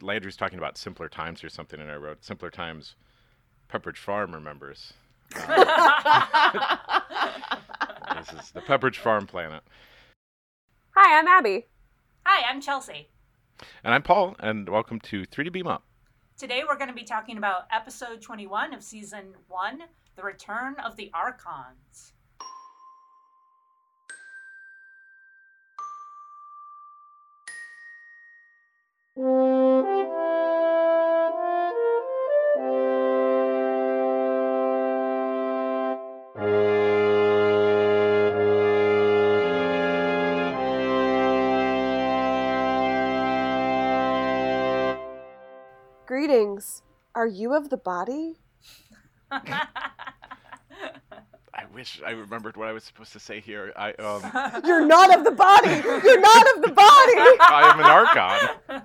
Landry's talking about simpler times or something, and I wrote simpler times. Pepperidge Farm remembers. Uh, this is the Pepperidge Farm planet, Hi, I'm Abby. Hi, I'm Chelsea. and I'm Paul, and welcome to 3D Beam Up. Today we're going to be talking about episode 21 of season 1, The Return of the Archons. Greetings. Are you of the body? I wish I remembered what I was supposed to say here. I um, You're not of the body. You're not of the body. I am an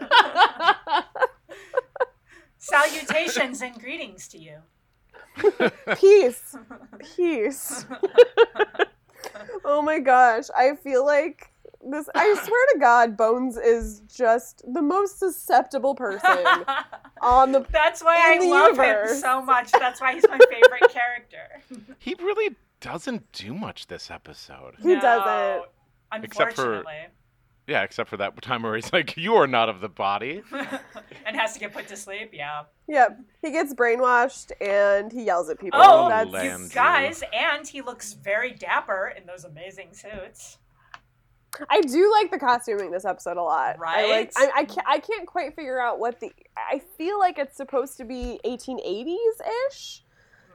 archon. Salutations and greetings to you. Peace. Peace. oh my gosh. I feel like this I swear to God, Bones is just the most susceptible person on the That's why In I the love him universe. so much. That's why he's my favorite character. He really doesn't do much this episode. He No, doesn't. Except for- Unfortunately. Yeah, except for that time where he's like, "You are not of the body." and has to get put to sleep, yeah. Yep. He gets brainwashed and he yells at people. Oh, That's Landry. you guys, and he looks very dapper in those amazing suits. I do like the costuming this episode a lot. I like Right? I, I can't I can't quite figure out what the I feel like it's supposed to be 1880s ish.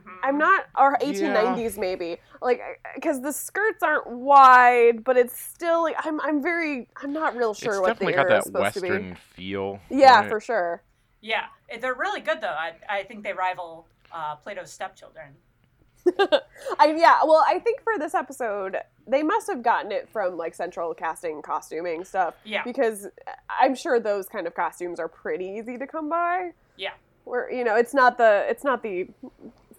Mhm. I'm not, or 1890s maybe, like because the skirts aren't wide, but it's still. Like, I'm I'm very I'm not real sure it's what the definitely era got that is supposed Western to feel. be. Yeah, right? for sure. Yeah, eh, they're really good though. I, I think they rival uh, Plato's stepchildren. I yeah. Well, I think for this episode they must have gotten it from like central casting costuming stuff Yeah, because I'm sure those kind of costumes are pretty easy to come by. Yeah. Where you know it's not the it's not the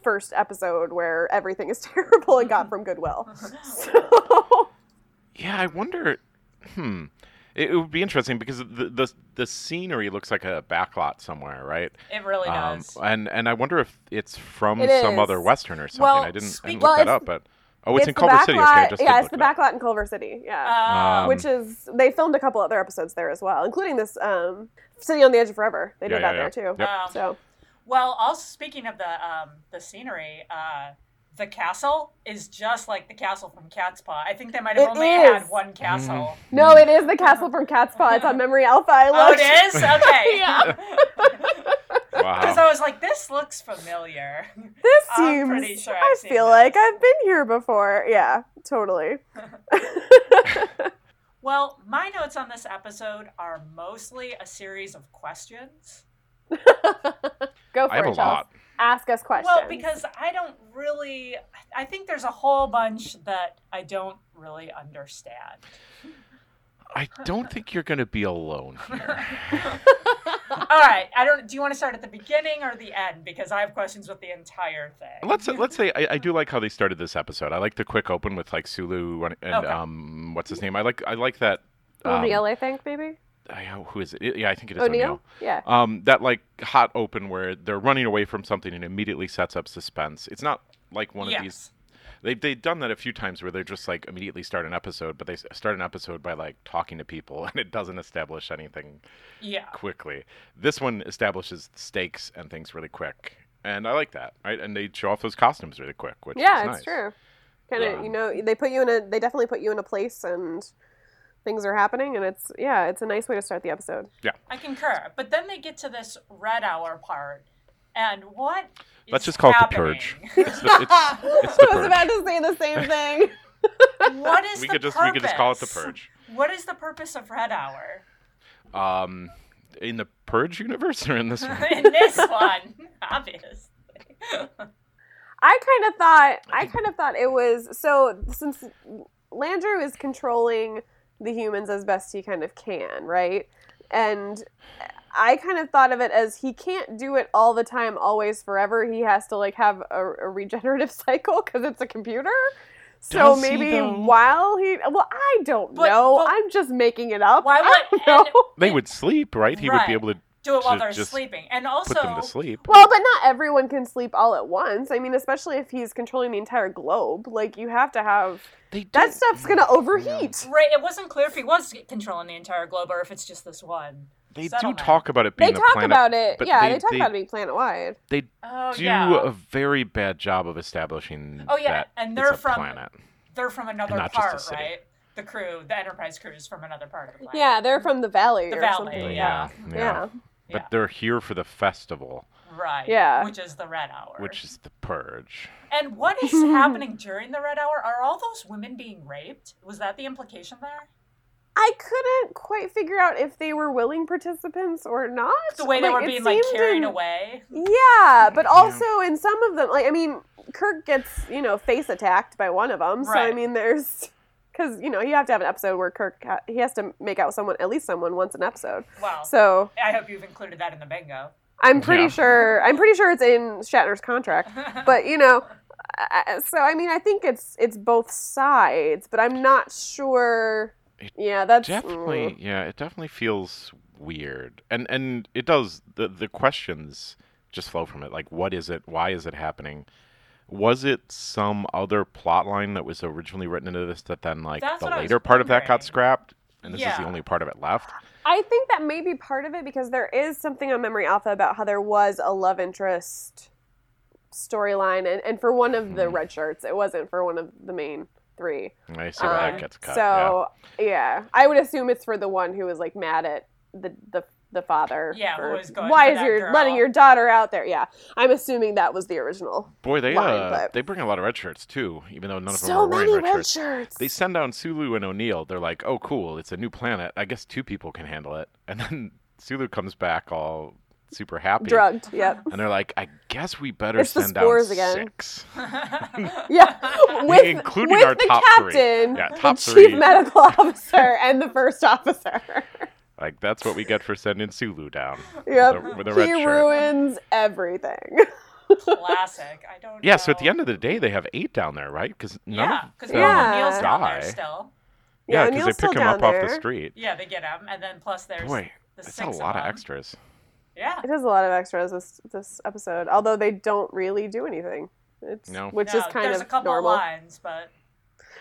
first episode where everything is terrible and Mm-hmm. got from Goodwill. So. Yeah, I wonder. Hmm. It, it would be interesting because the, the the scenery looks like a backlot somewhere, right? Um, it really does. and and I wonder if it's from It some is. other western or something. Well, I didn't I speak- didn't well, look that it's- up, but oh, it's, in the Culver back City. lot- Okay, I just yeah, did it's the look back it up. lot in Culver City. Yeah, Uh, Um, which is they filmed a couple other episodes there as well, including this um, City on the Edge of Forever. They Yeah, did yeah, that there too. yep. um, So well, also speaking of the um, the scenery, uh, the castle is just like the castle from Cat's Paw. I think they might have It only is. had one castle. Mm-hmm. Hmm, no, it is the castle from Cat's Paw. It's on Memory Alpha. I Oh, love it. it is okay. Yeah. Because Wow. I was like, this looks familiar. This I'm seems. pretty sure I've I seen feel this. like I've been here before. Yeah, totally. Well, my notes on this episode are mostly a series of questions. Go for I have it, a Chels. lot. Ask us questions. Well, because I don't really, I think there's a whole bunch that I don't really understand. I don't think you're going to be alone here. All right, I don't. Do you want to start at the beginning or the end? Because I have questions with the entire thing. let's let's say I, I do like how they started this episode. I like the quick open with like Sulu run- and Okay. um what's his name? I like I like that. Um, O'Neill, I think maybe I- who is it? Yeah, I think it is O'Neill. O'Neill. Yeah. um, that like hot open where they're running away from something and immediately sets up suspense. It's not like one of these. yes. They they've done that a few times where they're just like immediately start an episode, but they s- start an episode by like talking to people and it doesn't establish anything Yeah. quickly. This one establishes stakes and things really quick, and I like that. Right, and they show off those costumes really quick, which Yeah, is it's nice. true. Kind of, Yeah. you know, they put you in a, they definitely put you in a place, and things are happening, and it's, yeah, it's a nice way to start the episode. I concur. But then they get to this red hour part, and what? Let's is just call it the happening? purge. It's the, it's, it's the I was purge. about to say the same thing. What is we the could just purpose? we could just call it the purge. What is the purpose of red hour Um, in the purge universe or in this one? in this one? Obvious. I kind of thought, I kind of thought it was so since Landrew is controlling the humans as best he kind of can, right? And I kind of thought of it as he can't do it all the time, always, forever. He has to like have a, a regenerative cycle because it's a computer. So Does he, maybe though? while he, well, I don't But- know. but- I'm just making it up. Why I would? don't know. They would sleep, right? He would Right. be able to do it while Ju- they're just sleeping. And Put also, them to sleep. Well, but not everyone can sleep all at once. I mean, especially if he's controlling the entire globe. Like, you have to have They that don't- stuff's gonna overheat. Right, it wasn't clear if he was controlling the entire globe or if it's just this one. They So I do don't know. talk about it They being a talk planet. about it. but Yeah, they- they, talk they- about it being planet wide. They Oh do uh, yeah. a very bad job of establishing Oh, yeah, that and it's they're a from- planet. They're from another not just a part, city. right? The crew, the Enterprise crew is from another part of the planet. Yeah, they're from the valley The or valley, something. yeah. Yeah. Yeah. But Yeah. they're here for the festival, Right. Yeah. Which is the Red Hour. which is the purge. And what is happening during the Red Hour? Are all those women being raped? Was that the implication there? I couldn't quite figure out if they were willing participants or not. The way they Like, were it being like seemed carried in- away. Yeah, but Yeah. also in some of them, like I mean, Kirk gets you know face attacked by one of them. So I Right. mean, there's because you know you have to have an episode where Kirk ha- he has to make out with someone at least someone once an episode. Wow. So I hope you've included that in the bingo. I'm pretty Yeah. sure I'm pretty sure it's in Shatner's contract. But you know, I- I- so I mean, I think it's it's both sides, but I'm not sure. It Yeah, that's mm. definitely yeah it definitely feels weird and and it does the the questions just flow from it like what is it why is it happening was it some other plot line that was originally written into this that then like That's the what I was later part of that got wondering. scrapped and this is the Yeah. only part of it left I think that may be part of it because there is something on Memory Alpha about how there was a love interest storyline, and, and for one of the Hmm. red shirts, it wasn't for one of the main three. And i see where Um, that gets cut so yeah. I would assume it's for the one who was like mad at the the, the father. Yeah, who for, was going Why for is that your girl." letting your daughter out there? Yeah, I'm assuming that was the original. yeah. boy they line, uh, but- they bring a lot of red shirts too even though none of them so are wearing many red, red shirts shirts. they send down Sulu and O'Neill. They're like, "Oh, cool! It's a new planet. I guess two people can handle it." And then Sulu comes back all super happy. drugged. Yep. And they're like, I guess we better It's the send spores out again. six. Yeah, with, Including with our the top three. captain, Yeah, top the three. chief medical officer, and the first officer. Like that's what we get for sending Sulu down. yep, With a- with a red he shirt. ruins everything. Classic. I don't Yeah. So at the know. end of the day, they have eight down there, right? Because none. Yeah, Of because them, Yeah. Neil's down die. there still. yeah, Neil's they still pick him down up off the there. street. Yeah, they get him, and then plus there's Boy, the that's six a lot of them. extras. Yeah, It has a lot of extras this this episode, although they don't really do anything. It's, No. which No, is kind there's of a couple normal. lines, but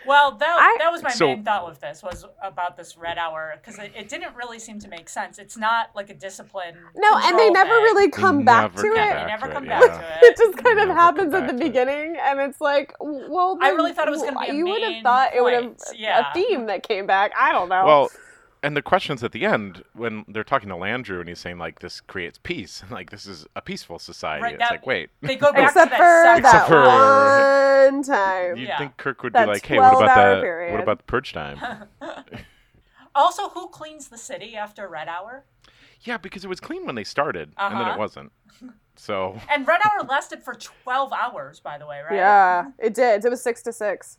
well, that I- that was my So- main thought with this was about this red hour because it, it didn't really seem to make sense. It's not like a discipline. No, and they control never thing. really come back never to come it. Yeah, back they never to it, come yeah. back to It it. just kind Never of happens come at the back to it. beginning, and it's like, well, I then really thought it was gonna be a you would have main thought it would have point, yeah. a theme that came back. I don't know. Well, and the questions at the end when they're talking to Landrew and he's saying like, "This creates peace. Like this is a peaceful society." Right, it's that- like, wait. They go back except to for that, that sex- Except for- one time. You'd Yeah. think Kirk would That be like, "Hey, what about 12-hour the what period. about the purge time?" Also, who cleans the city after red hour? yeah, because it was clean when they started, and then it Uh-huh. wasn't. So And red hour lasted for twelve hours, by the way, right? Yeah, it did. It was six to six.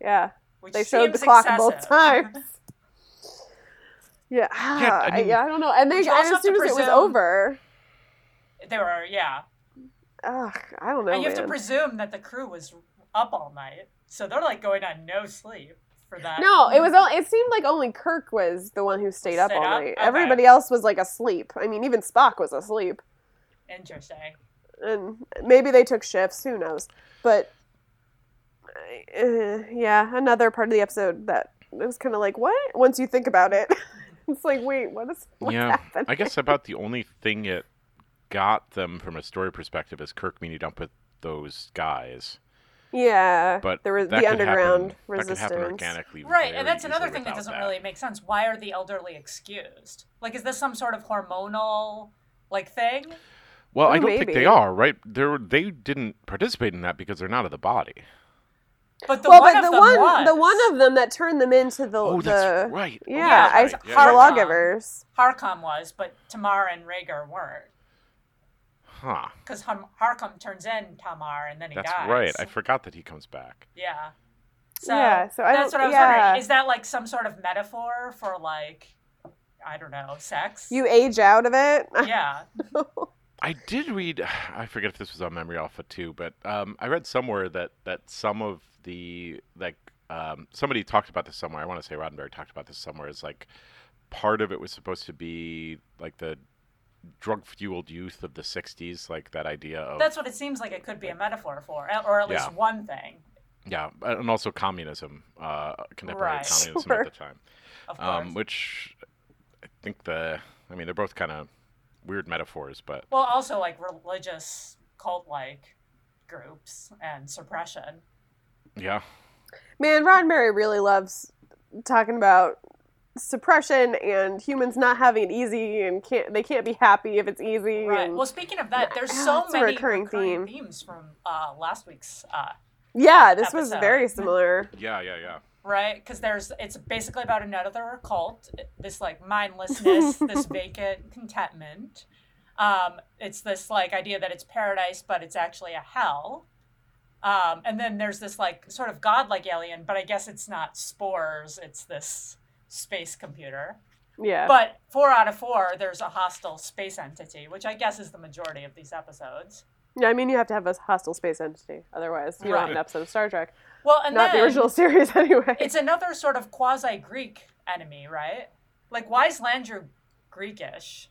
Yeah, Which they showed the seems clock excessive. both times. Yeah, Ah, Yeah, I I, mean- yeah, I don't know. And they But you and also as have to soon as it was presume- over, They were, yeah. ugh, I don't know. and you have to man. presume that the crew was up all night, so they're like going on no sleep for that. no, it was. o- It seemed like only Kirk was the one who stayed up Stayed all up? night. Okay. Everybody else was like asleep. I mean, even Spock was asleep. interesting. and maybe they took shifts. Who knows? But uh, yeah, another part of the episode that it was kind of like, what? Once you think about it, it's like, wait, what is what's yeah, happening? I guess about the only thing it got them from a story perspective is Kirk meeting up with those guys. yeah, But there was that the could underground happen, resistance. That could happen organically, Right, very and that's another easily thing that without doesn't really make sense. Why are the elderly excused? Like, is this some sort of hormonal like thing? Well, I Or don't think they maybe. are. Right? They are they didn't participate in that because they're not of the body. But the well, one but of the them one, was. the one of them that turned them into the oh, the that's right. Oh, yeah, that's I, right. the yeah, yeah. Harlock- lawgivers. Harcom was, but Tamar and Rhaegar weren't. Huh. Because Harcom turns in Tamar and then he That's dies. right. I forgot that he comes back. Yeah. So, Yeah, so I that's don't- what I was yeah. wondering. Is that like some sort of metaphor for like, I don't know, sex? You age out of it. yeah. I did read. I forget if this was on Memory Alpha too, but um, I read somewhere that that some of the like um, somebody talked about this somewhere. I want to say Roddenberry talked about this somewhere. Is like part of it was supposed to be like the drug fueled youth of the 60s, like that idea of. That's what it seems like it could be a metaphor for, or at least Yeah. one one thing, yeah, and also communism, uh, contemporary Right. communism Sure. at the time. of course. Um, which I think the. I mean, they're both kind of weird metaphors, but well, also like religious cult-like groups and suppression. yeah. Man, Roddenberry really loves talking about suppression and humans not having it easy and can't they can't be happy if it's easy. Right. and- Well, speaking of that, there's Yeah, so it's Mm. a many recurring theme. recurring, themes from uh, last week's uh, yeah, this was episode. very similar. Yeah, yeah, yeah. right because there's it's basically about another cult this like mindlessness this vacant contentment um it's this like idea that it's paradise but it's actually a hell um and then there's this like sort of godlike alien but i guess it's not spores it's this space computer Yeah. but four out of four there's a hostile space entity which i guess is the majority of these episodes yeah, I mean you have to have a hostile space entity. Otherwise you don't have an Right. episode of Star Trek. well and not then the original series anyway. it's another sort of quasi Greek enemy, right? Like, why is Landru Greekish?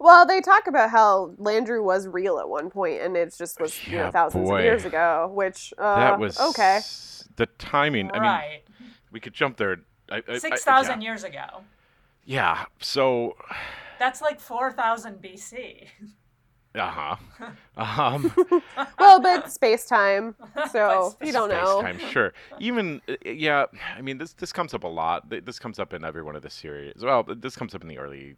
Well, they talk about how Landru was real at one point, and it just was you know, Yeah, thousands boy. of years ago. Which uh, that was. okay. The timing. I mean, right. we could jump there. I, I- I- 6,000 yeah. years ago. yeah. So That's like 4,000 BC. Uh huh. Um, Well, but space time, so But you don't know. Time, sure. Even uh, yeah, I mean this this comes up a lot. Th- This comes up in every one of the series. Well, th- this comes up in the early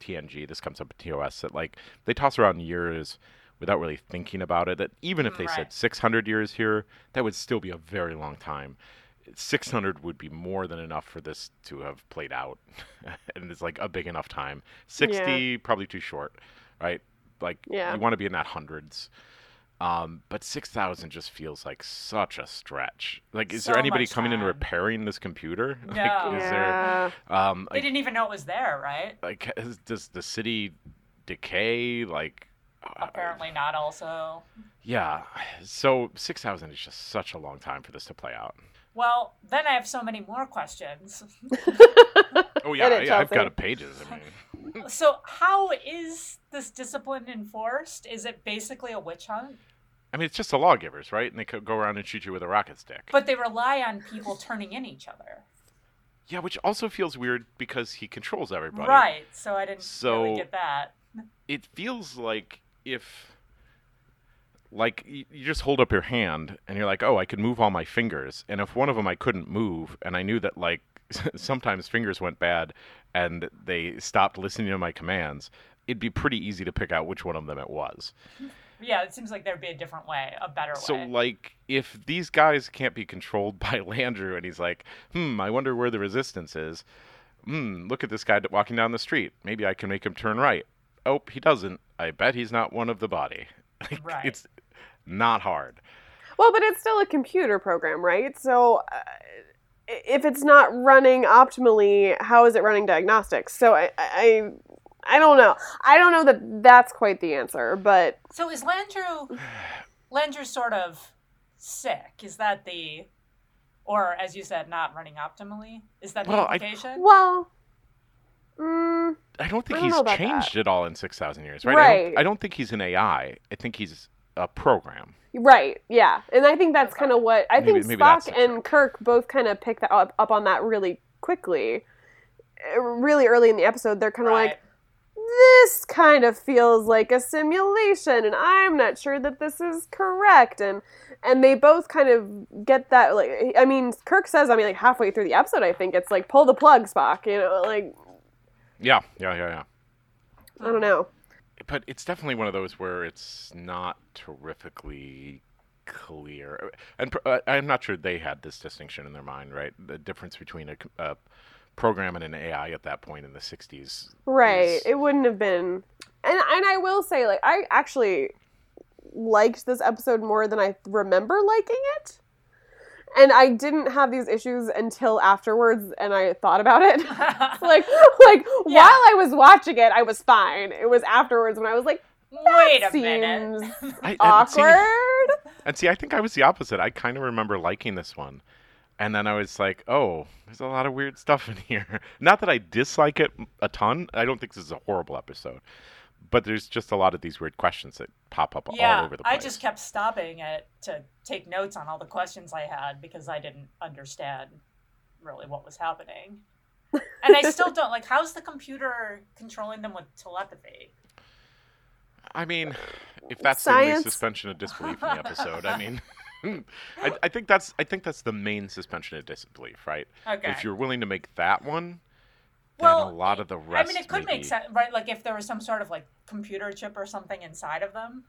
TNG. This comes up in TOS. That like they toss around years without really thinking about it. That even Mm, if they Right. said 600 years here, that would still be a very long time. 600 would be more than enough for this to have played out, and it's like a big enough time. 60 probably too short, right? Like Yeah. you want to be in that hundreds. Um, but six thousand just feels like such a stretch. Like, is there So anybody much coming and time. repairing this computer? Like, No. is there? Yeah. Um, They like, didn't even know it was there, right? like is, does the city decay? Like, uh, Apparently not, also. yeah. So six thousand is just such a long time for this to play out. Well, then I have so many more questions. Oh yeah, it, yeah I've got Chelsea. a pages. I mean, so, how is this discipline enforced? Is it basically a witch hunt? I mean it's just the lawgivers, right? And they could go around and shoot you with a rocket stick. But they rely on people turning in each other. yeah, which also feels weird because he controls everybody. Right. So, I didn't So- really get that. it feels like if like y- you just hold up your hand and you're like oh i could move all my fingers and if one of them i couldn't move and i knew that like sometimes fingers went bad and they stopped listening to my commands it'd be pretty easy to pick out which one of them it was Yeah, it seems like there'd be a different way, a better so way. like if these guys can't be controlled by landrew and he's like hmm i wonder where the resistance is hmm look at this guy d- walking down the street maybe i can make him turn right oh he doesn't i bet he's not one of the body Like, Right. it's not hard Well, but it's still a computer program, right? So. Uh, i- if it's not running optimally, how is it running diagnostics? So I, I, I don't know. I don't know that that's quite the answer, but So is Landrew Landrew's sort of sick? Is that the or as you said, not running optimally? Is that the Well, I- implication? well, mm, i don't think I don't know about he's changed at all in 6000 years right, I, Right. don't, I don't think he's an ai i think he's a program Right. Yeah, and I think that's kind of what I Maybe- think maybe that's Spock the and Kirk both kind of picked that up up on that really quickly, Uh, really early in the episode. They're kind of Right. like, this kind of feels like a simulation, and I'm not sure that this is correct. And and they both kind of get that. Like, I mean, Kirk says, I mean, like halfway through the episode, I think it's like, pull the plug, Spock. You know, like yeah yeah yeah yeah I don't know. but it's definitely one of those where it's not terrifically clear. And pr- uh, I'm not sure they had this distinction in their mind, right? The difference between a, c- a program and an AI at that point in the 60s. Right. is- It wouldn't have been. And and I will say like I actually liked this episode more than I remember liking it. And I didn't have these issues until afterwards and I thought about it. like like Yeah. while I was watching it, I was fine. It was afterwards when I was like Wait a seems minute. I, and see- awkward. and see, I think I was the opposite. I kind of remember liking this one. and then I was like, oh, there's a lot of weird stuff in here. Not that I dislike it a ton. I don't think this is a horrible episode, but there's just a lot of these weird questions that pop up yeah, all over the place. I just kept stopping it to take notes on all the questions I had because I didn't understand really what was happening. And I still don't like how's the computer controlling them with telepathy? I mean, if that's the only Science. suspension of disbelief in the episode, I mean, I, I think that's I think that's the main suspension of disbelief, right? Okay. If you're willing to make that one, well, then a lot of the rest. I mean, it could maybe- make sense, right? Like if there was some sort of like computer chip or something inside of them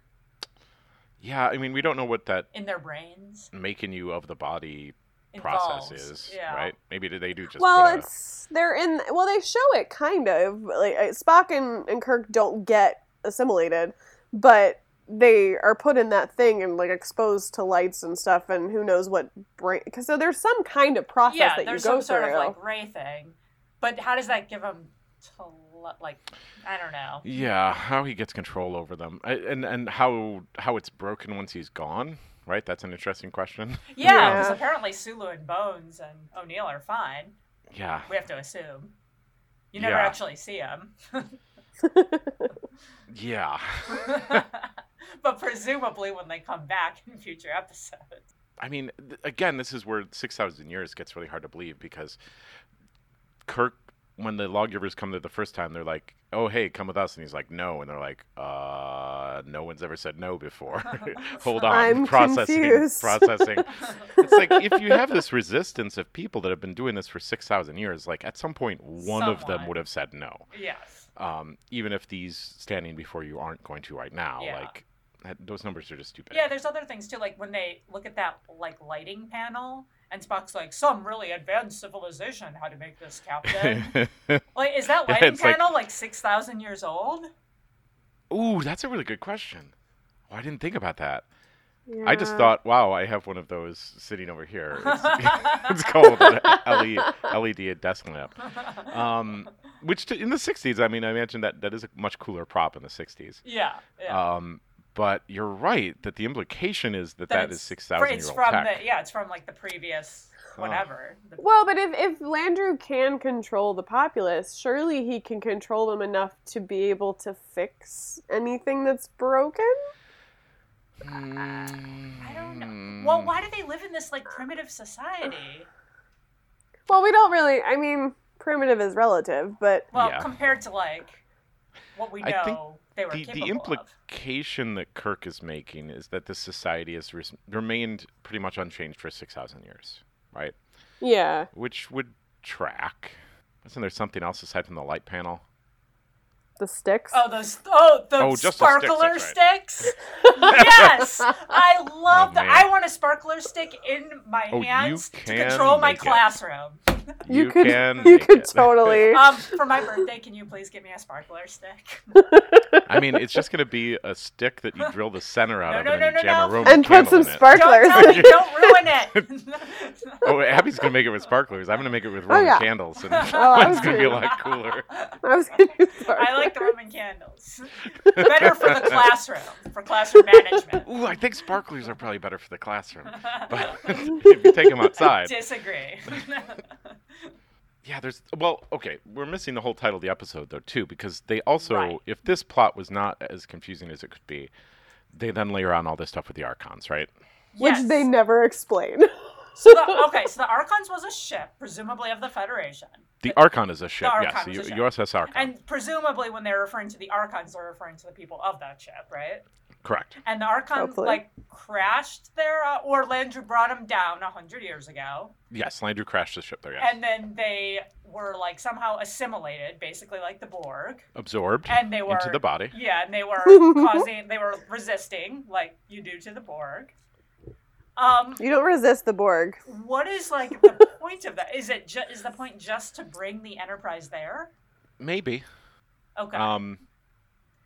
Yeah, I mean, we don't know what that in their brains. making you of the body involves. process is, yeah. right? Maybe do they do just well, put a- it's they're in. Well, they show it kind of like uh, Spock and, and Kirk don't get assimilated, but they are put in that thing and like exposed to lights and stuff, and who knows what brain. Because so there's some kind of process yeah, that you go there's some through. sort of like ray thing, but how does that give them tele- like I don't know. yeah, how he gets control over them, I- and and how how it's broken once he's gone, right? That's an interesting question. Yeah, because Yeah. apparently Sulu and Bones and O'Neill are fine. Yeah, We have to assume. You never Yeah. actually see them, yeah. but presumably when they come back in future episodes. I mean, th- again, this is where 6,000 years gets really hard to believe because Kirk, when the lawgivers come there the first time, they're like, oh, hey, come with us. And he's like, no. And they're like, uh, no one's ever said no before. Hold on. I'm processing. confused. Processing. it's like, if you have this resistance of people that have been doing this for 6,000 years, like at some point, one of them Someone. would have said no. Yes. Um, even if these standing before you aren't going to right now. Yeah. Like, that, those numbers are just too big. Yeah, there's other things too, like when they look at that like lighting panel and Spock's like, some really advanced civilization how to make this captain. like, is that Yeah, lighting it's like- panel like, six thousand years old? Ooh, that's a really good question. Oh, I didn't think about that. Yeah. I just thought, wow, I have one of those sitting over here. It's, it's called an E, LE, LED desk lamp. Um, which to, in the 60s, I mean, I imagine that that is a much cooler prop in the 60s. yeah. yeah. Um, but you're right that the implication is that that is it's- 6,000 year it's old from tech. The, yeah, it's from like the previous whatever. The- Well, but if, if Landru can control the populace, surely he can control them enough to be able to fix anything that's broken? Mm. I don't Mm. know. Well, why do they live in this like primitive society? Well, we don't really. I mean, primitive is relative, but Well, Yeah. compared to like what we know I think they were the, the capable of. implication that Kirk is making is that this society has res- remained pretty much unchanged for 6,000 years, right? yeah. which would track. Isn't there something else aside from the light panel? The sticks. Oh, those oh the Oh, just the sticks, sparkler that's sticks. yes, I love Oh, that. man. I want a sparkler stick in my Oh, you hands to can control my make it. classroom. you, could can. you make could it. totally. Um, for my birthday, can you please get me a sparkler stick? I mean, it's just going to be a stick that you drill the center out No, of no, and no, then no, jam no. a Roman and put candle some in it. sparklers. Don't tell me, don't ruin it. Oh, Abby's going to make it with sparklers. I'm going to make it Oh, with Roman yeah. candles, and I mine's was going to be a doing- lot cooler. I was gonna do I like the sparklers. Roman candles. Better for the classroom, for classroom management. Ooh, I think sparklers are probably better for the classroom. But if you take them outside, Disagree. yeah, there's well, okay, we're missing the whole title of the episode though too because they also, Right. if this plot was not as confusing as it could be, they then layer on all this stuff with the archons, right? Which Yes. they never explain. So the, okay, so the Archons was a ship, presumably of the Federation. The Archon is a ship, Uh, Archon yes. is a the ship. USS Archon. And presumably when they're referring to the Archons, they're referring to the people of that ship, right? Correct. And the Archons, Hopefully. like, crashed there, uh, or Landry brought them down 100 years ago. Yes, Landru crashed the ship there, yes. And then they were, like, somehow assimilated, basically like the Borg. Absorbed And they were. into the body. Yeah, and they were causing, they were resisting, like you do to the Borg. Um, you don't resist the Borg. what is like the point of that? Is it ju- is the point just to bring the Enterprise there? Maybe. Okay. Um,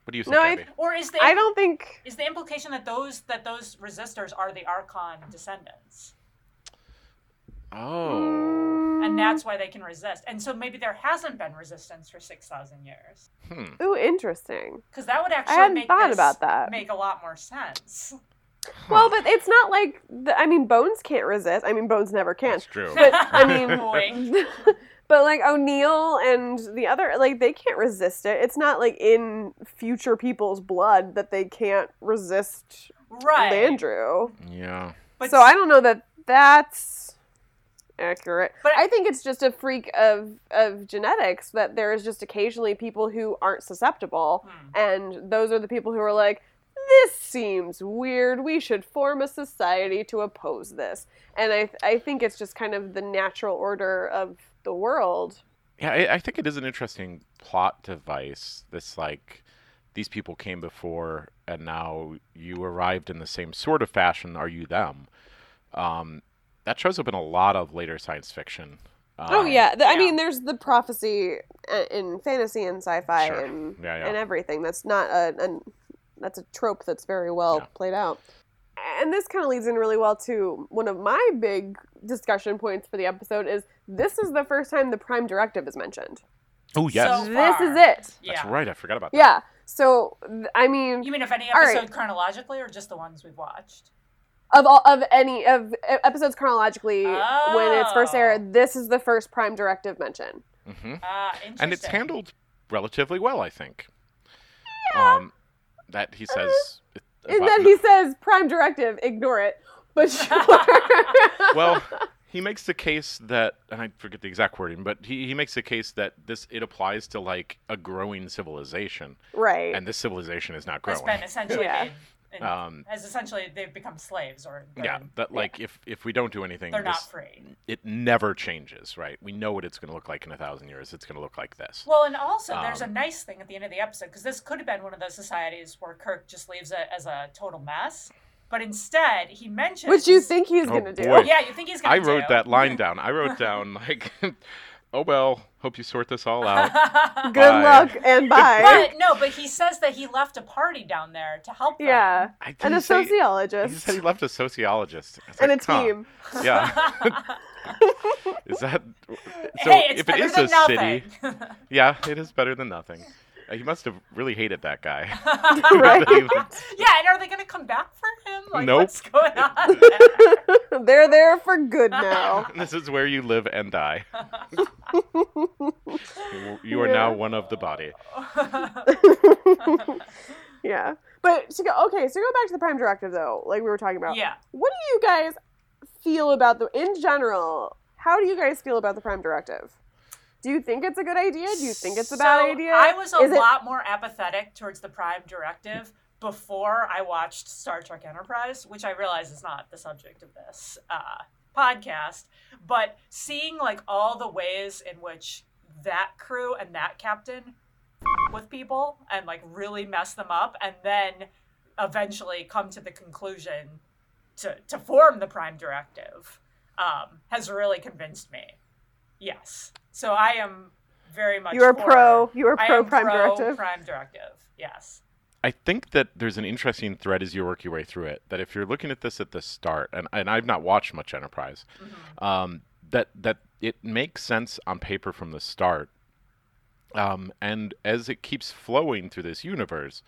what do you think, No, I- Abby? or is the I don't think. is the implication that those that those resistors are the Archon descendants, Oh. mm, and that's why they can resist? And so maybe there hasn't been resistance for six thousand years, Hmm. Ooh, interesting. because that would I actually hadn't make thought this about that. make a lot more sense. Well, but it's not like the, I mean, Bones can't resist. I mean, Bones never can. That's true. But I mean, Boy. but like O'Neill and the other, like they can't resist it. It's not like in future people's blood that they can't resist right. Landrew. Yeah. But so I don't know that that's accurate. But- But I think it's just a freak of of genetics that there is just occasionally people who aren't susceptible, Hmm. and those are the people who are like. This seems weird. We should form a society to oppose this. And I, I think it's just kind of the natural order of the world. Yeah, I, I think it is an interesting plot device. This like these people came before, and now you arrived in the same sort of fashion. Are you them? Um, that shows up in a lot of later science fiction. Um, oh yeah. The- I yeah. mean, there's the prophecy uh, in fantasy and sci-fi Sure. and Yeah, yeah. and everything. That's not a, an that's a trope that's very well Yeah. played out. And this kind of leads in really well to one of my big discussion points for the episode is this is the first time the prime directive is mentioned. Oh yes, So This far. is it. Yeah. that's right. I forgot about that. Yeah. So th- I mean, You mean if any All right. episode chronologically or just the ones we've watched? of all of any of e- episodes chronologically when it's first Oh. aired, this is the first prime directive mention. hmm Ah, interesting. and it's handled relatively well, I think. Um, that he says. Uh, And about- then he says, "Prime directive, ignore it." But sure. well, he makes the case that, and I forget the exact wording, but he, he makes the case that this it applies to like a growing civilization, right. and this civilization is not Has growing. been essentially Yeah. made- and Um, has essentially they've become slaves or they're, yeah, that like if if we don't do anything, they're not this- free. it never changes, right? We know what it's going to look like in a thousand years. It's going to look like this. Well, and also there's a Um, nice thing at the end of the episode because this could have been one of those societies where Kirk just leaves it as a total mess, but instead he mentions Which you think he's Oh, gonna do? boy. Yeah, you think he's gonna. I wrote do. that line down. I wrote down like, oh well, hope you sort this all out. Good Bye. luck and bye. But no, but he says that he left a party down there to help them. yeah, I did and a he say- He sociologist said he left a sociologist It's and a like, huh, team. Yeah, is that so? hey, if it's it better is than a city, nothing. Yeah, it is better than nothing. Uh, he must have really hated that guy. Right. yeah, and are they going to come back for him? Like, Nope. what's going on? there? They're there for good now. this is where you live and die. You- you are now Yeah. one of the body. yeah, but to go okay, so go back to the prime directive though, like we were talking about. yeah. What do you guys feel about the in general? How do you guys feel about the prime directive? Do you think it's a good idea? Do you think it's a bad So, idea? I was a Is it- lot more apathetic towards the Prime Directive before I watched Star Trek Enterprise, which I realize is not the subject of this uh, podcast. But seeing like all the ways in which that crew and that captain f- with people and like really mess them up, and then eventually come to the conclusion to to form the Prime Directive um, has really convinced me. Yes, so I am very much you are for- pro. You are I pro am prime pro directive. Prime Directive. Yes. I think that there's an interesting thread as you work your way through it. That if you're looking at this at the start, and, and I've not watched much Enterprise, Mhm. um, that that it makes sense on paper from the start. Um, and as it keeps flowing through this universe,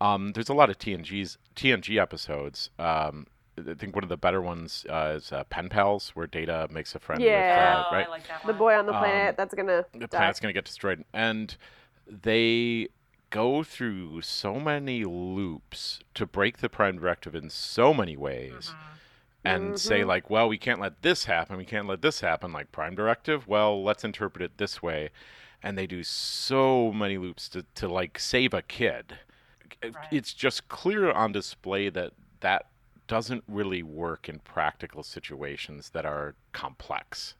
um, there's a lot of TNG's TNG episodes. Um, I think one of the better ones uh, is uh, Pen Pals, where Data makes a friend Yeah. with Oh, uh, right I like that the one. boy on the Um, planet that's gonna the die. planet's going to get destroyed. And they go through so many loops to break the prime directive in so many ways Mhm. and say Mhm. like well we can't let this happen we can't let this happen like prime directive well let's interpret it this way and they do so many loops to, to like save a kid It- Right. it's just clear on display that that doesn't really work in practical situations that are complex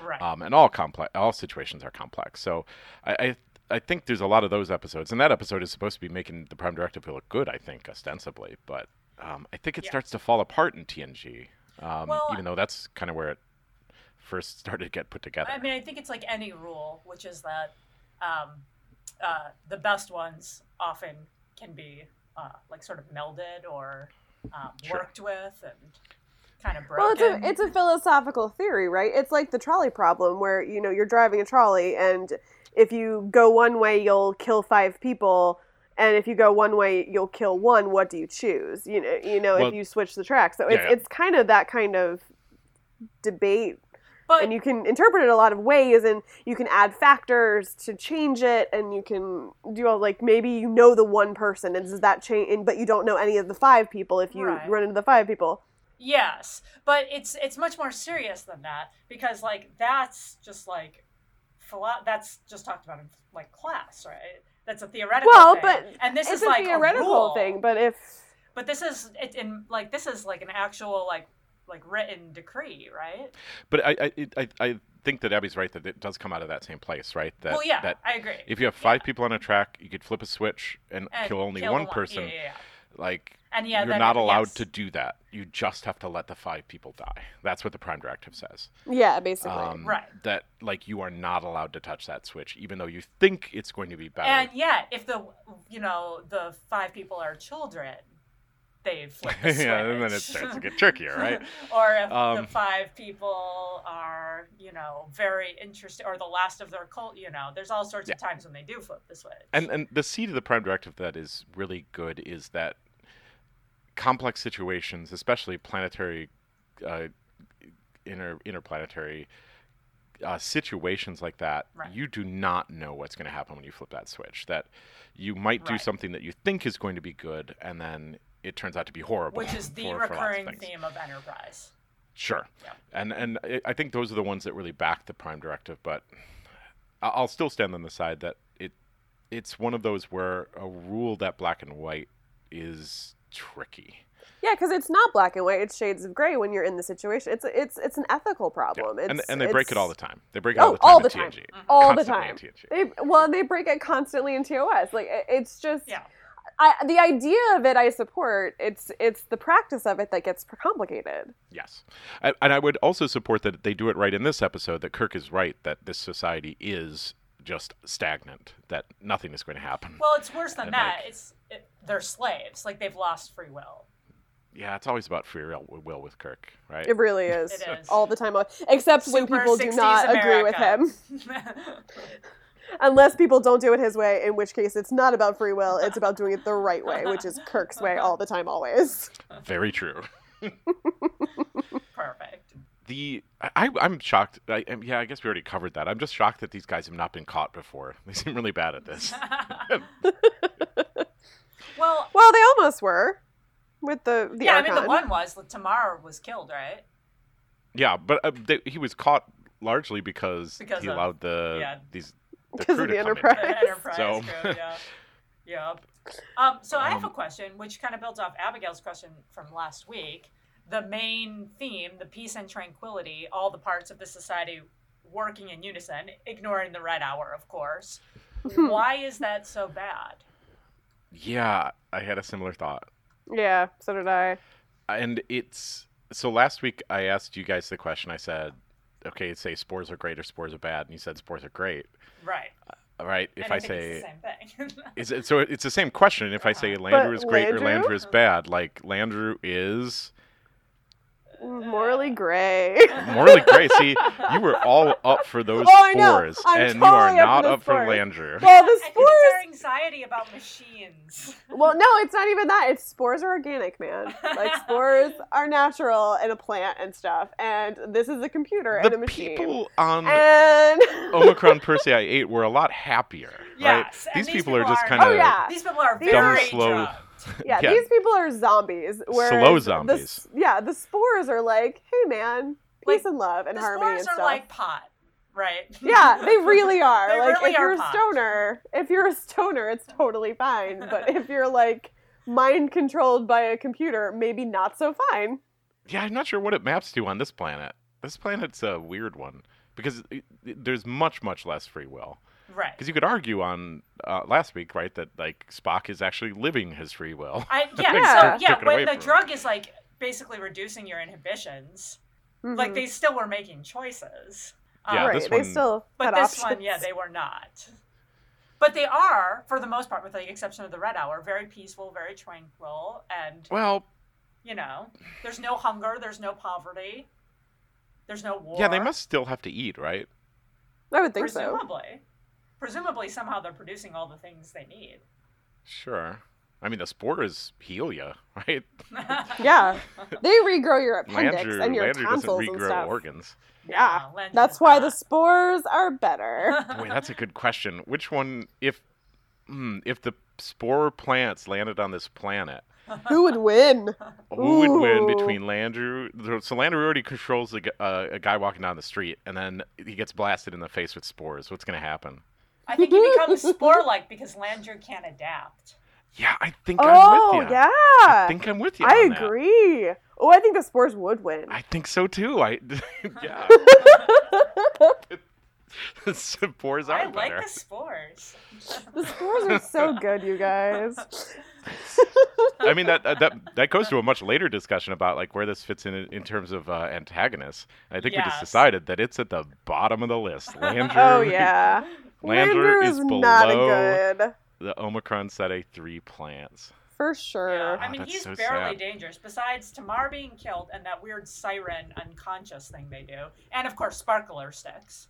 Right. um, and all complex all situations are complex. So I, I I think there's a lot of those episodes, and that episode is supposed to be making the Prime Directive look good, I think ostensibly, but um, I think it Yeah. starts to fall apart in TNG, um, Well, even though that's kind of where it first started to get put together. I mean, I think it's like any rule, which is that um, uh, the best ones often can be uh, like sort of melded or um, Sure. worked with and kind of broken. well, it's a it's a philosophical theory, right? It's like the trolley problem, where you know you're driving a trolley, and if you go one way, you'll kill five people, and if you go one way you'll kill one what do you choose you know you know Well- if you switch the track so it's, Yeah, yeah. it's kind of that kind of debate But and you can interpret it a lot of ways and you can add factors to change it and you can do all like maybe you know the one person and does that change and, but you don't know any of the five people if you Right. run into the five people Yes, but it's it's much more serious than that because like that's just like philo- that's just talked about in like class, right? That's a theoretical well thing. but and this it's is a like theoretical rule. thing but if But this is it in like this is like an actual like like written decree, right? But I, I, it, I, I think that Abby's right that it does come out of that same place, right? That, well, yeah, That I agree. if you have five people on a track, you could flip a switch and, And kill only kill one the person. yeah, yeah, yeah. Like and yeah, you're then- not allowed yes. to do that. You just have to let the five people die. That's what the prime directive says. yeah basically Um, Right. That like you are not allowed to touch that switch, even though you think it's going to be better. And yet, if the you know the five people are children, they flip the switch. yeah, and then it starts to get trickier, right? or if Um, the five people are, you know, very interested, or the last of their cult, you know, there's all sorts of times when they do flip the switch. And and the seed of the prime directive that is really good is that complex situations, especially planetary, uh, inter interplanetary uh, situations like that, Right. you do not know what's going to happen when you flip that switch. That you might do Right. something that you think is going to be good, and then it turns out to be horrible. which is the for- for lots of recurring things. theme of Enterprise. Sure. Yeah. And and I- I think those are the ones that really back the prime directive, but I- I'll still stand on the side that it it's one of those where a rule that black and white is tricky. yeah because it's not black and white it's shades of gray when you're in the situation it's it's it's an ethical Yeah. problem it's, And and they break it all the time. They break it Oh, all the time all in TNG. the time. all the Mm-hmm. Constantly in time TNG. they well they break it constantly in tos like it- it's just Yeah. I, the idea of it I support. It's it's the practice of it that gets complicated. Yes. I, and I would also support that they do it right in this episode that Kirk is right that this society is just stagnant, that nothing is going to happen. Well, it's worse than And, that. like- it's it, they're slaves. Like they've lost free will. yeah, it's always about free will will with Kirk, right? It really is, It is. all the time, except when Super people do 60s not agree with America. him. Unless people don't do it his way, in which case it's not about free will. It's about doing it the right way, which is Kirk's way all the time, always. Very true. Perfect. the I, I'm shocked. I, um, yeah, I guess we already covered that. I'm just shocked that these guys have not been caught before. They seem really bad at this. well, Well, they almost were with the the yeah, I Archon. mean the one was that Tamara was killed, right? yeah, but uh, they, he was caught largely because, Because he of- allowed the yeah. these the because crew of to the come in. Enterprise. An Enterprise So- crew, yeah. Yep. Um, so I have a Um, question, which kind of builds off Abigail's question from last week. The main theme, the peace and tranquility, all the parts of the society working in unison, ignoring the red hour, of course. Why is that so bad? Yeah, I had a similar thought, Yeah, so did I. and it's so. Last week I asked you guys the question. I said, "Okay, say spores are great or spores are bad," and you said spores are great. Right. All right, if And I, think say it's the same Uh-huh. thing. Is it, so it's the same question. If I say Landru is great Landru? or Landru is bad, like Landru is Morally Uh, gray. morally great. See, you were all up for those Oh, I know. spores, I'm and totally you are up not for the up for spores. Landru. well, the I think spores. it's our anxiety about machines. Well, no, it's not even that. It's spores are organic, man. Like spores are natural in a plant and stuff. And this is a computer and a The machine. people on and Oh, Omicron Persei Eight were a lot happier, right? Yes, and These, these people, are people just are- kind of Oh, yeah. These people are Dumb, very slow- drugged. yeah, yeah. these people are zombies. Whereas Slow the- zombies. yeah, the spores are like, hey man, peace Like, and love and the harmony spores and are stuff. like pot, right? yeah, they really are. They like really if are you're a pot. stoner, if you're a stoner, it's totally fine. But if you're like mind controlled by a computer, maybe not so fine. yeah. I'm not sure what it maps to on this planet. This planet's a weird one because it, it- there's much, much less free will. Right. Because you could argue on uh, last week, right, that like Spock is actually living his free will. I, yeah, Like, so took- took yeah, it when away the from her. drug is like basically reducing your inhibitions, like Mm-hmm. Mhm. they still were making choices. Yeah, right, this they one- still but had this one, options. yeah, they were not. But they are, for the most part, with the exception of the red hour, very peaceful, very tranquil, and Well, you know, there's no hunger, there's no poverty, there's no war. yeah, they must still have to eat, right? I would think so. presumably, presumably somehow they're producing all the things they need. Sure. I mean, the spores heal you, right? Yeah, they regrow your appendix Landry, and your Landry doesn't tonsils regrow and stuff. organs. Yeah, No, Landry that's does why not. the spores are better. Boy, that's a good question. Which one, if hmm, if the spore plants landed on this planet, Who would win? who would win Ooh. between Landrew? So Landrew already controls the, gu- uh, a guy walking down the street, and then he gets blasted in the face with spores. What's going to happen? I think he becomes spore-like because Landry can't adapt. Yeah, I think I'm Oh with you. yeah, I I, think I'm with you. on that. agree. Oh, I think the spores would win. I think so too. I yeah. The spores are I better. like the spores. The spores are so good, you guys. I mean that that that goes to a much later discussion about like where this fits in in terms of uh, antagonists. I think we just Yes. decided that it's at the bottom of the list. Landry, Oh yeah, Landru Landru is is not below- a good the Omicron Setae three plants. for sure. Yeah, Oh, I mean, that's he's so barely sad. dangerous. Besides Tamar being killed and that weird siren unconscious thing they do, and of course sparkler sticks.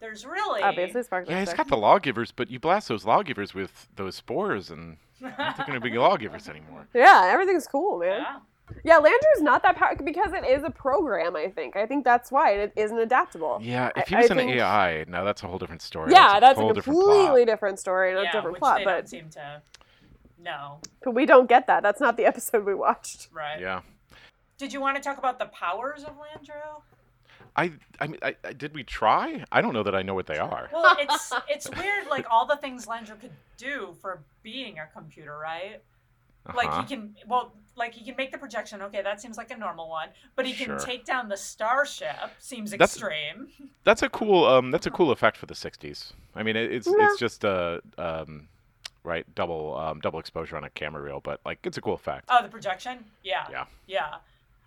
There's really Obviously, sparkling. Yeah, it's sex. got the lawgivers, but you blast those lawgivers with those spores, and they're not going to be lawgivers anymore. Yeah, everything's cool, man. yeah. Yeah, Landru's not that powerful because it is a program. I think. I think that's why it isn't adaptable. Yeah, if he I- was I an think- AI, now that's a whole different story. Yeah, that's whole a different plot. completely different story and a yeah, different which plot, they don't but, seem to. No, but we don't get that. That's not the episode we watched. right? Yeah. Did you want to talk about the powers of Landrew? I, I mean, I, I, did we try? I don't know that I know what they are. Well, it's it's weird, like all the things Landrew could do for being a computer, right? Like Uh-huh. he can, well, like he can make the projection. Okay, that seems like a normal one, but he Sure. can take down the starship. Seems That's- extreme. That's a cool, um, that's a cool effect for the '60s. I mean, it, it's Yeah. it's just a, um, right, double um, double exposure on a camera reel, but like it's a cool effect. Oh, the projection. Yeah. Yeah. Yeah.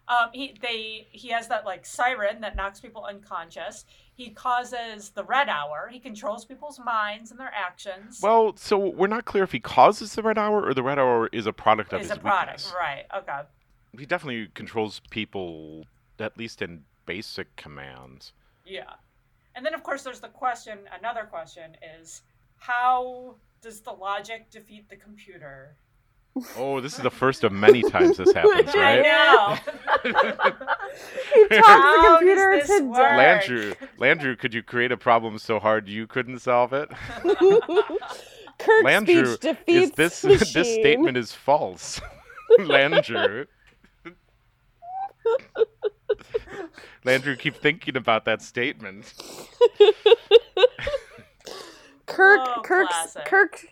Um, he they he has that like siren that knocks people unconscious. He causes the red hour. He controls people's minds and their actions. Well, so we're not clear if he causes the red hour or the red hour is a product of is a his product, weakness. right? Okay. He definitely controls people, at least in basic commands. Yeah. And then of course there's the question. Another question is how does the logic defeat the computer? Oh, this is the first of many times this happens, right? I know. He talks the How computer does this to work? death. Landrew, Landrew, could you create a problem so hard you couldn't solve it? Kirk's Landrew, speech defeats Is this machine. this statement is false, Landrew? Landrew, keep thinking about that statement. Kirk, Oh, Kirk's, classic. Kirk,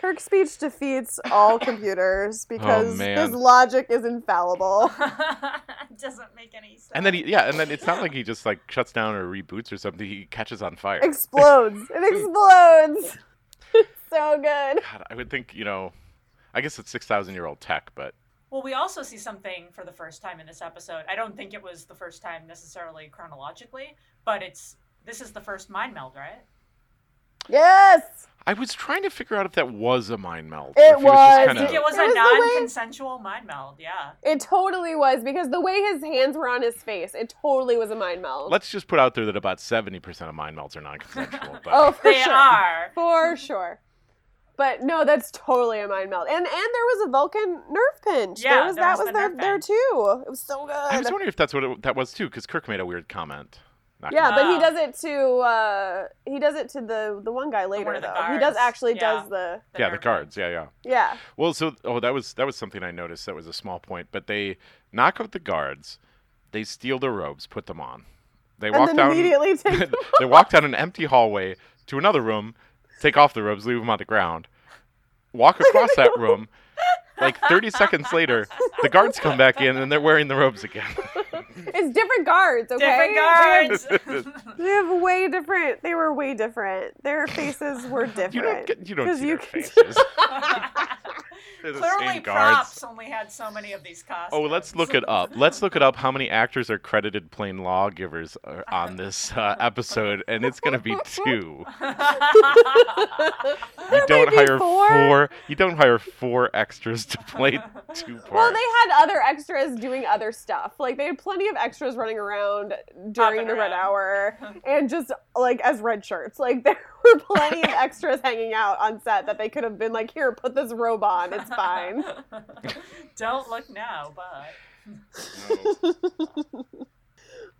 Kirk's speech defeats all computers because Oh, man. his logic is infallible. it doesn't make any sense. And then he, yeah, and then it's not like he just like shuts down or reboots or something. He catches on fire. Explodes. It explodes. It's so good. God, I would think you know, I guess it's six thousand year old tech, but Well, we also see something for the first time in this episode. I don't think it was the first time necessarily chronologically, but it's this is the first mind meld, right? Yes. I was trying to figure out if that was a mind meld. It or if he was. was. Just I think kinda, it was It was the a way- non-consensual mind meld. Yeah. It totally was because the way his hands were on his face, it totally was a mind meld. Let's just put out there that about seventy percent of mind melds are non-consensual. But oh, for They sure. are. For sure. But no, that's totally a mind meld. And and there was a Vulcan nerve pinch. there Yeah, was there that was was the there nerve there pinch. too. It was so I was good. wondering if that's what it, that was too, because Kirk made a weird comment. Not Yeah, but he Wow. does it to uh he does it to the the one guy later of the though. He guards. does actually Yeah. does the yeah, the nerve cards. Yeah, yeah. yeah. Well, so oh, that was that was something I noticed. That was a small point, but they knock out the guards. They steal their robes, put them on. They And walk then down. immediately take they walk down an empty hallway to another room, take off the robes, leave them on the ground, walk across that room. Like 30 seconds later, the guards come back in and they're wearing the robes again. it's different guards, okay? Different They have- guards. They have way different they were way different. Their faces were different. You don't get you don't 'Cause see you their can- faces. They're the Clearly, same guards. props only had so many of these costumes. Oh, let's look it up. Let's look it up. How many actors are credited playing lawgivers uh, on this uh, episode? And it's gonna be two. You don't be hire four? You don't hire four extras to play two parts. Well, they had other extras doing other stuff. Like they had plenty of extras running around during Hopping the red around. hour and just like as red shirts. Like there were plenty of extras hanging out on set that they could have been like, here, put this robe on, it's fine. Don't look now, but.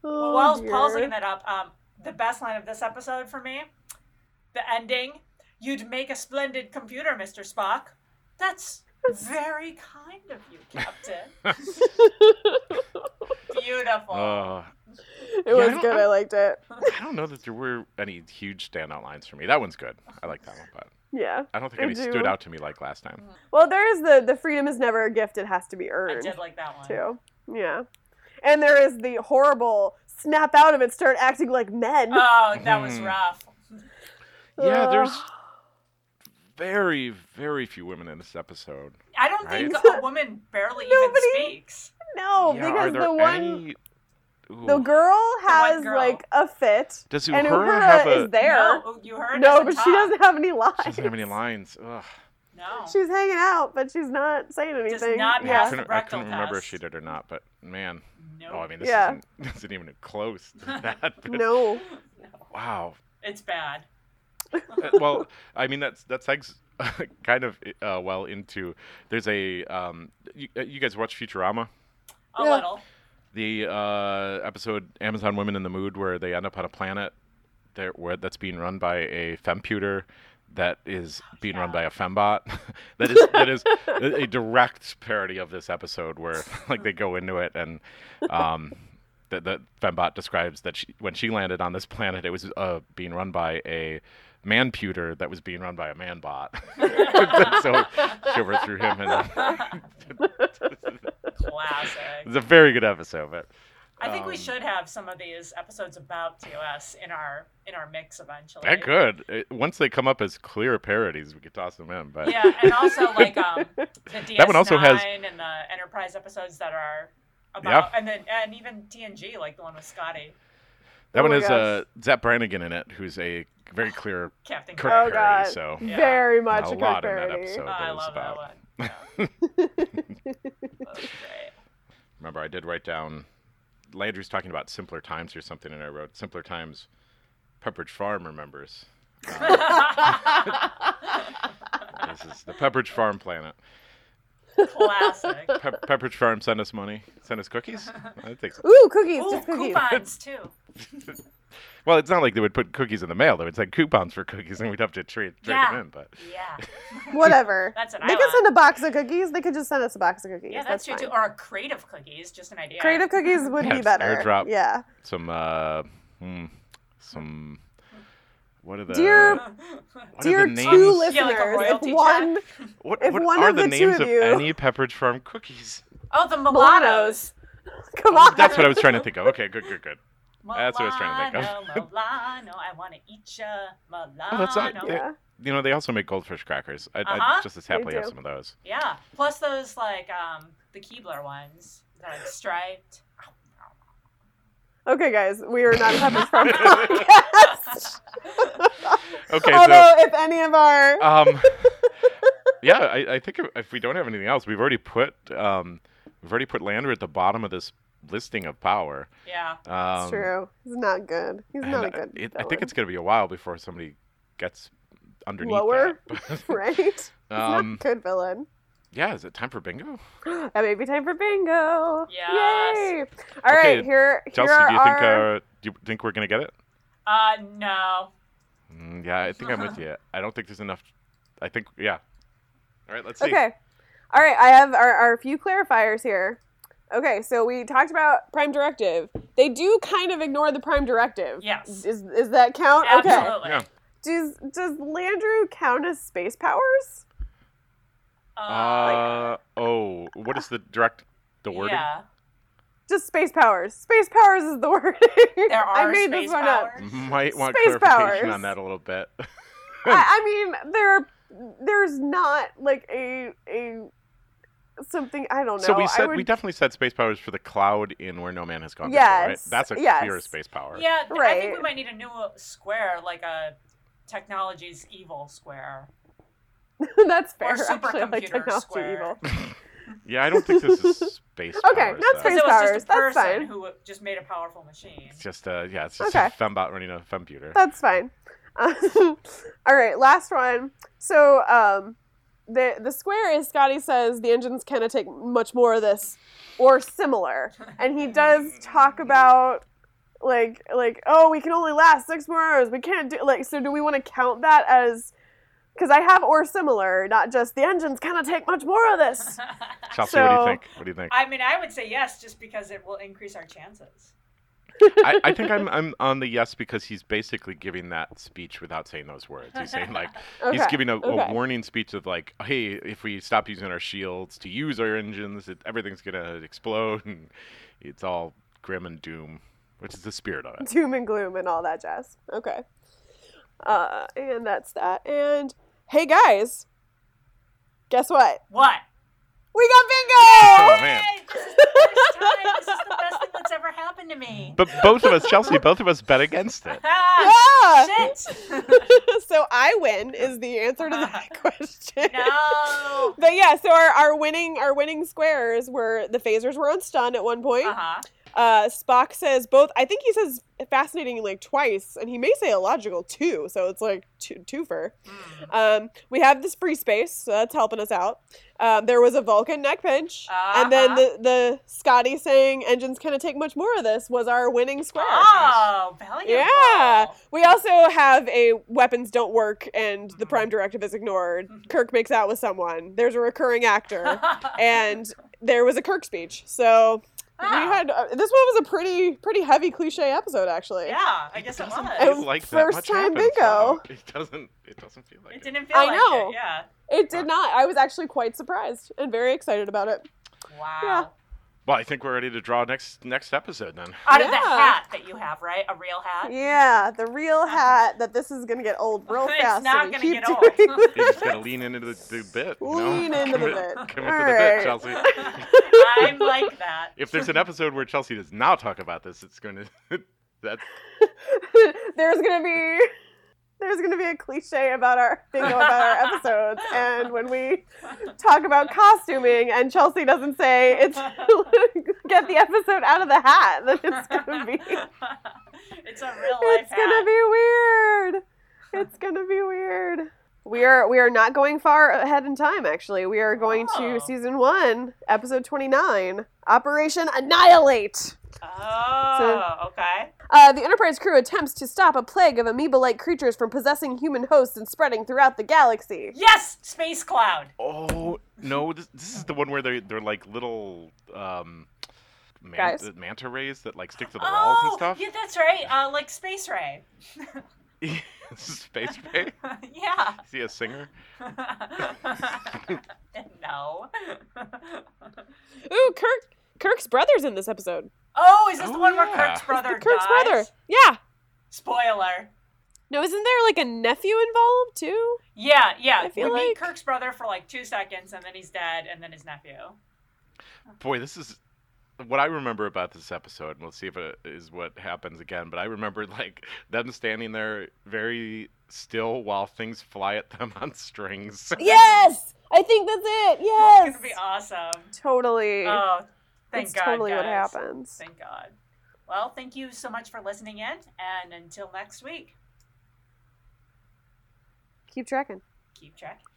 Oh, Well, while dear. Paul's looking that up, um, the best line of this episode for me, the ending, you'd make a splendid computer, Mr. Spock. That's very kind of you, Captain. Beautiful. Uh, it was I don't- good. I liked it. I don't know that there were any huge standout lines for me. That one's good. I like that one, but Yeah. I don't think I any stood do. out to me like last time. Well, there is the the freedom is never a gift; it has to be I earned did like that one. too. Yeah. And there is the horrible snap out of it, start acting like men. Oh, that was Mm. rough. Yeah, Ugh. there's very, very few women in this episode. I don't think Right? a woman barely Nobody- even speaks. no, yeah, are Oh, because there the one any... Ooh. the girl has girl. like a fit, Does and Uhura Uhura have a? is there. No, oh, you heard No, doesn't but talk. she doesn't have any lines. She doesn't have any lines. Ugh. No. She's hanging out, but she's not saying anything. Does not Yeah, I pass couldn't, the I couldn't rectal remember if test. she did or not, but man, no. oh, I mean, this, Yeah. isn't, this isn't even close to that. but No. Wow. It's bad. Uh, well, I mean, that's that segs kind of uh, well into. There's a um, you, uh, you guys watch Futurama, A Yeah. little. the uh, episode Amazon Women in the Mood, where they end up on a planet that where that's being run by a femputer that is being run yeah. by a fembot. that is that is a a direct parody of this episode where like they go into it and um that that fembot describes that she, when she landed on this planet it was uh, being run by a manputer that was being run by a manbot. so she overthrew him and Classic. it's a very good episode but I think we um, should have some of these episodes about TOS in our in our mix eventually. That could. It- once they come up as clear parodies, we could toss them in. But Yeah, and also like um the DS9 That one also has- and the Enterprise episodes that are about and then and even TNG like the one with Scotty, that Oh one my has uh, Zap Brannigan in it, who's a very clear Captain Kirk Oh, Kirk. parody. God. So Yeah. Very much a a lot Kirk in that parody. episode. Oh, I that was love about- that one. Yeah. That was great. remember, I did write down Landry's talking about simpler times or something, and I wrote simpler times. Pepperidge Farm remembers. This is the Pepperidge Farm planet. Classic. Pe- Pepperidge Farm sent us money, sent us cookies. I think. so. Ooh, cookies, Ooh, just cookies. coupons too. Well, it's not like they would put cookies in the mail. They would send coupons for cookies, and we'd have to trade trade Yeah. them in. But Yeah. Whatever. That's what I they could want. send a box of cookies. They could just send us a box of cookies. Yeah, that's, true fine. too. Or a creative cookies, just an idea. Creative cookies would Yeah, be just better. airdrop. Yeah. some uh, hmm, some what are the Dear- what Dear are the names? two listeners, Yeah, like a if royalty one what, if what one are of the, the two names of of you- any Pepperidge Farm cookies? Oh, the Milanos. Milanos. come on, That's what I was trying to think of. Okay, good, good, good. That's what I was trying to think Milano, Milano, I want to eat ya. Milano. Oh, that's not- yeah. Yeah. You know, they also make goldfish crackers. I, I Uh-huh. just as happily have do. some of those. Plus those like um the Keebler ones that are striped. Okay, guys, we are not a Pepperidge Farm podcast. Okay, Although, if any of our so um, yeah, I, I think if, if we don't have anything else, we've already put um, we've already put Lander at the bottom of this listing of power. Yeah. Um, it's true, he's not good. He's and not a I- good. it- I think villain. it's gonna be a while before somebody gets underneath Lower? that. right. He's Um, not a good villain. Yeah, is it time for bingo? That may be time for bingo. Yes. Yay! All right, Okay, here, here Chelsea, are do you think our- uh, do you think we're gonna get it? Uh no. Mm, yeah, I think I'm with you. I don't think there's enough. I think yeah. All right, let's see. Okay. All right. I have our, our few clarifiers here. Okay. So we talked about Prime Directive. They do kind of ignore the Prime Directive. Yes. Is, is that count? Okay. Absolutely. Yeah. Does Does Landru count as space powers? Uh, Uh oh, what is the direct the wording? Yeah. Just space powers. Space powers is the word. There are I made space this one up. powers. Might want Space clarification powers. on that a little bit. I, I mean, there are, there's not like a a something I don't know. so we Oh, I said would- we definitely said space power is for the cloud in where no man has gone before, right? Yes, That's a yes. clear space power. Yeah, th- I think we Right. might need a new uh, square, like a technology's evil square. that's fair. Or actually, I like supercomputer technology square. evil. Yeah, I don't think this is space. Okay, powers, that's though. Space Because it was powers, just a that's person fine. who uh, just made a powerful machine. It's just uh, yeah, it's just Okay. a fembot running a femputer. That's fine. Um, all right, last one. So um, the the square is Scotty says the engines cannot take much more of this or similar, and he does talk about like like oh we can only last six more hours we can't do like so do we want to count that as because I have or similar not just the engines cannot take much more of this. Chelsea, what do so- you think? What do you think? I mean, I would say yes, just because it will increase our chances. I, I think I'm I'm on the yes because he's basically giving that speech without saying those words. He's saying like Okay. he's giving a, okay. a warning speech of like, hey, if we stop using our shields to use our engines, it, everything's gonna explode, and it's all grim and doom, which is the spirit of it. doom and gloom and all that jazz. Okay. Uh, and that's that. And hey guys, guess what? What? We got Oh bingo! man! Hey, this is the first time. This is the best thing that's ever happened to me. But both of us, Chelsea, both of us bet against it. Ah, Yeah! shit. so I win is the answer to that question. no. But yeah, so our, our winning our winning squares were the phasers were on stun at one point. Uh huh. Uh, Spock says both. I think he says fascinating like twice, and he may say illogical too. So it's like two twofer. Hmm. Um, we have this free space, so that's helping us out. Um, there was a Vulcan neck pinch, and then Uh-huh. the, the Scotty saying engines cannot take much more of this was our winning square. Oh, valuable. Yeah. We also have a weapons don't work, and Mm-hmm. the prime directive is ignored. Kirk makes out with someone. There's a recurring actor, and there was a Kirk speech. So we Wow. had uh, this one was a pretty pretty heavy cliche episode actually. yeah, I guess it Doesn't was. feel And like that first much time happens, though. bingo. It doesn't. It doesn't feel like It it. didn't feel I like know. it. Yeah. It did not. I was actually quite surprised and very excited about it. Wow. Yeah. Well, I think we're ready to draw next next episode then. Out of the Yeah. hat that you have, right? A real hat. Yeah, the real hat that this is gonna get old real Uh-huh. it's fast. not if gonna you get keep old. doing You just gotta lean into the, the bit. you know? Lean into the Commit- bit. Commit All to right. the bit, Chelsea. I'm like that. If there's an episode where Chelsea does not talk about this, it's going to that there's gonna be there's gonna be a cliche about our bingo about our episodes and when we talk about costuming and chelsea doesn't say it's get the episode out of the hat then it's gonna be It's a real life it's hat. gonna be weird it's gonna be weird we are we are not going far ahead in time actually we are going Oh. to season one episode 29 operation annihilate Oh, okay. Uh, the Enterprise crew attempts to stop a plague of amoeba-like creatures from possessing human hosts and spreading throughout the galaxy. Yes, space cloud. Oh, no, this, this is the one where they they're like little um man, Guys. the manta rays that like stick to the walls and Oh, stuff. yeah, that's right. Uh, like space ray. Space ray. yeah. Is he a singer? no. Ooh, Kirk! Kirk's brother's in this episode. Oh, is this the Oh, one where yeah. Kirk's brother Kirk's dies? brother. Yeah. Spoiler. No, isn't there like a nephew involved too? Yeah, yeah. I feel we meet like- Kirk's brother for like two seconds, and then he's dead, and then his nephew. Boy, this is what I remember about this episode, and we'll see if it is what happens again. But I remember like them standing there very still while things fly at them on strings. Yes, I think that's it. It's Yes. gonna be awesome. Totally. Oh, thank that's God. totally what guys. happens. Thank God. Well, thank you so much for listening in, and until next week, Keep tracking. keep tracking.